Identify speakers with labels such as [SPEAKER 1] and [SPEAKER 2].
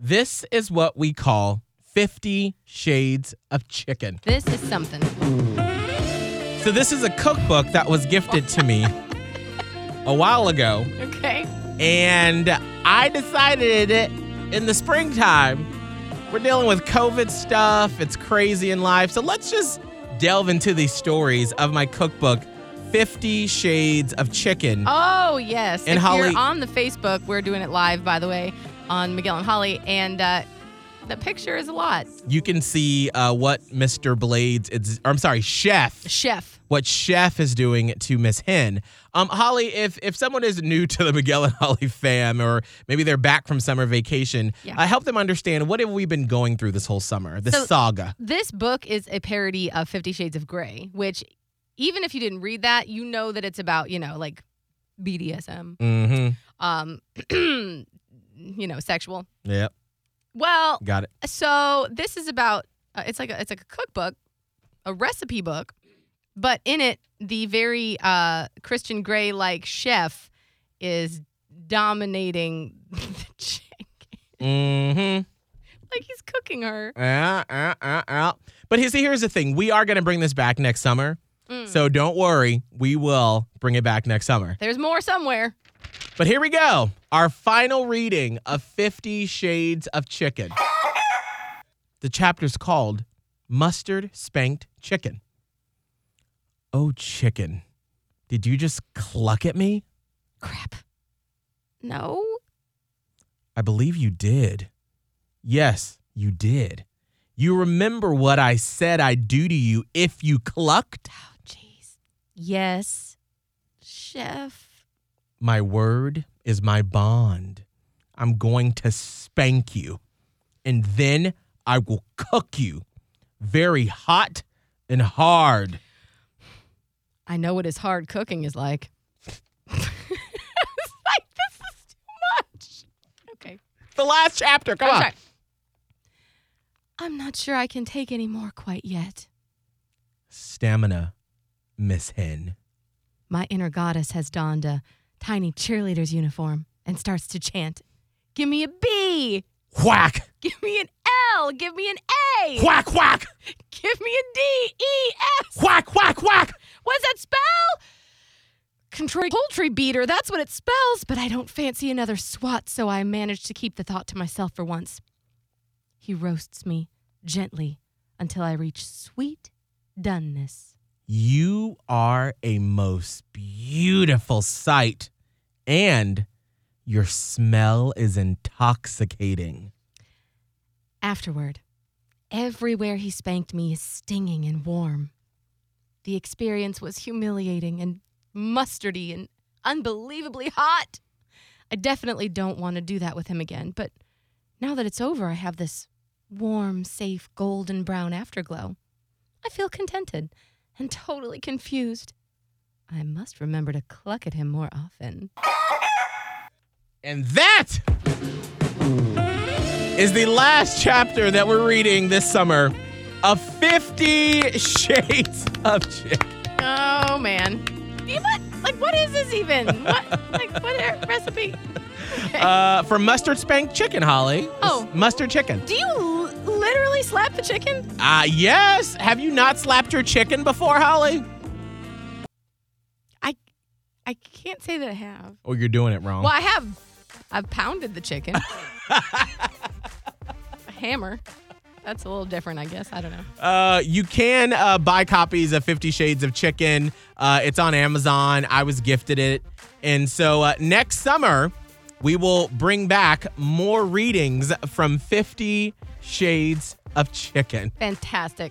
[SPEAKER 1] This is what we call 50 Shades of Chicken.
[SPEAKER 2] This is something.
[SPEAKER 1] So, this is a cookbook that was gifted to me a while ago,
[SPEAKER 2] Okay.
[SPEAKER 1] and I decided it in the springtime. We're dealing with COVID stuff, it's crazy in life. So, let's just delve into these stories of my cookbook, 50 Shades of Chicken.
[SPEAKER 2] Oh yes.
[SPEAKER 1] And
[SPEAKER 2] if
[SPEAKER 1] Holly-
[SPEAKER 2] you're on the Facebook, we're doing it live, by the way, on Miguel and Holly, and uh, the picture is a lot.
[SPEAKER 1] You can see uh, what Mr. Blades, is, or I'm sorry, Chef.
[SPEAKER 2] Chef.
[SPEAKER 1] what Chef is doing to Miss Hen. Um, Holly, if if someone is new to the Miguel and Holly fam, or maybe they're back from summer vacation,
[SPEAKER 2] Yeah.
[SPEAKER 1] uh, help them understand what have we been going through this whole summer, this
[SPEAKER 2] So-
[SPEAKER 1] saga.
[SPEAKER 2] This book is a parody of Fifty Shades of Grey, which even if you didn't read that, you know that it's about you know like BDSM,
[SPEAKER 1] Mm-hmm.
[SPEAKER 2] um, you know, sexual.
[SPEAKER 1] Yep,
[SPEAKER 2] Well,
[SPEAKER 1] got it.
[SPEAKER 2] so this is about uh, it's like a, it's like a cookbook a recipe book but in it the very uh, christian gray like chef is dominating the chick
[SPEAKER 1] Mm-hmm. Ah,
[SPEAKER 2] like he's cooking her
[SPEAKER 1] Yeah, yeah, yeah, yeah. But here- see, here's the thing: we are going to bring this back next summer,
[SPEAKER 2] Hmm.
[SPEAKER 1] so don't worry, we will bring it back next summer.
[SPEAKER 2] there's more somewhere
[SPEAKER 1] But here we go. Our final reading of 50 Shades of Chicken. The chapter's called Mustard Spanked Chicken. Oh, chicken. Did you just cluck at me?
[SPEAKER 2] crap no
[SPEAKER 1] I believe you did. Yes, you did. You remember what I said I'd do to you if you clucked?
[SPEAKER 2] oh jeez yes chef
[SPEAKER 1] My word is my bond. I'm going to spank you, and then I will cook you very hot and hard.
[SPEAKER 2] i know what his hard cooking is like it's like this is too much okay
[SPEAKER 1] The last chapter, come on.
[SPEAKER 2] I'm sorry. I'm not sure I can take any more quite yet.
[SPEAKER 1] Stamina, Miss Hen.
[SPEAKER 2] My inner goddess has donned a tiny cheerleader's uniform and starts to chant, Give me a B!
[SPEAKER 1] Whack,
[SPEAKER 2] Give me an L! Give me an A!
[SPEAKER 1] whack, whack,
[SPEAKER 2] Give me a D! E! S!
[SPEAKER 1] whack, whack, whack.
[SPEAKER 2] What's that spell? Contrary poultry beater, that's what it spells, but I don't fancy another swat, so I manage to keep the thought to myself for once. He roasts me gently until I reach sweet doneness.
[SPEAKER 1] You are a most beautiful sight, and your smell is intoxicating.
[SPEAKER 2] Afterward, everywhere he spanked me is stinging and warm. The experience was humiliating and mustardy and unbelievably hot. I definitely don't want to do that with him again, but now that it's over, I have this warm, safe, golden brown afterglow. I feel contented and totally confused. I must remember to cluck at him more often.
[SPEAKER 1] And that is the last chapter that we're reading this summer of 50 Shades of Chick.
[SPEAKER 2] Oh man. What? Like what is this even? What? Like what recipe?
[SPEAKER 1] Uh, from Mustard Spanked Chicken, Holly.
[SPEAKER 2] Oh.
[SPEAKER 1] Mustard Chicken.
[SPEAKER 2] Do you l- literally slap the chicken?
[SPEAKER 1] Ah, yes. Have you not slapped your chicken before, Holly?
[SPEAKER 2] I I can't say that I have.
[SPEAKER 1] Oh, you're doing it wrong.
[SPEAKER 2] Well, I have. I've pounded the chicken. A hammer. That's a little different, I guess. I don't know.
[SPEAKER 1] Uh, you can uh, buy copies of Fifty Shades of Chicken. Uh, it's on Amazon. I was gifted it. And so uh, next summer, we will bring back more readings from Fifty Shades of Chicken.
[SPEAKER 2] Fantastic.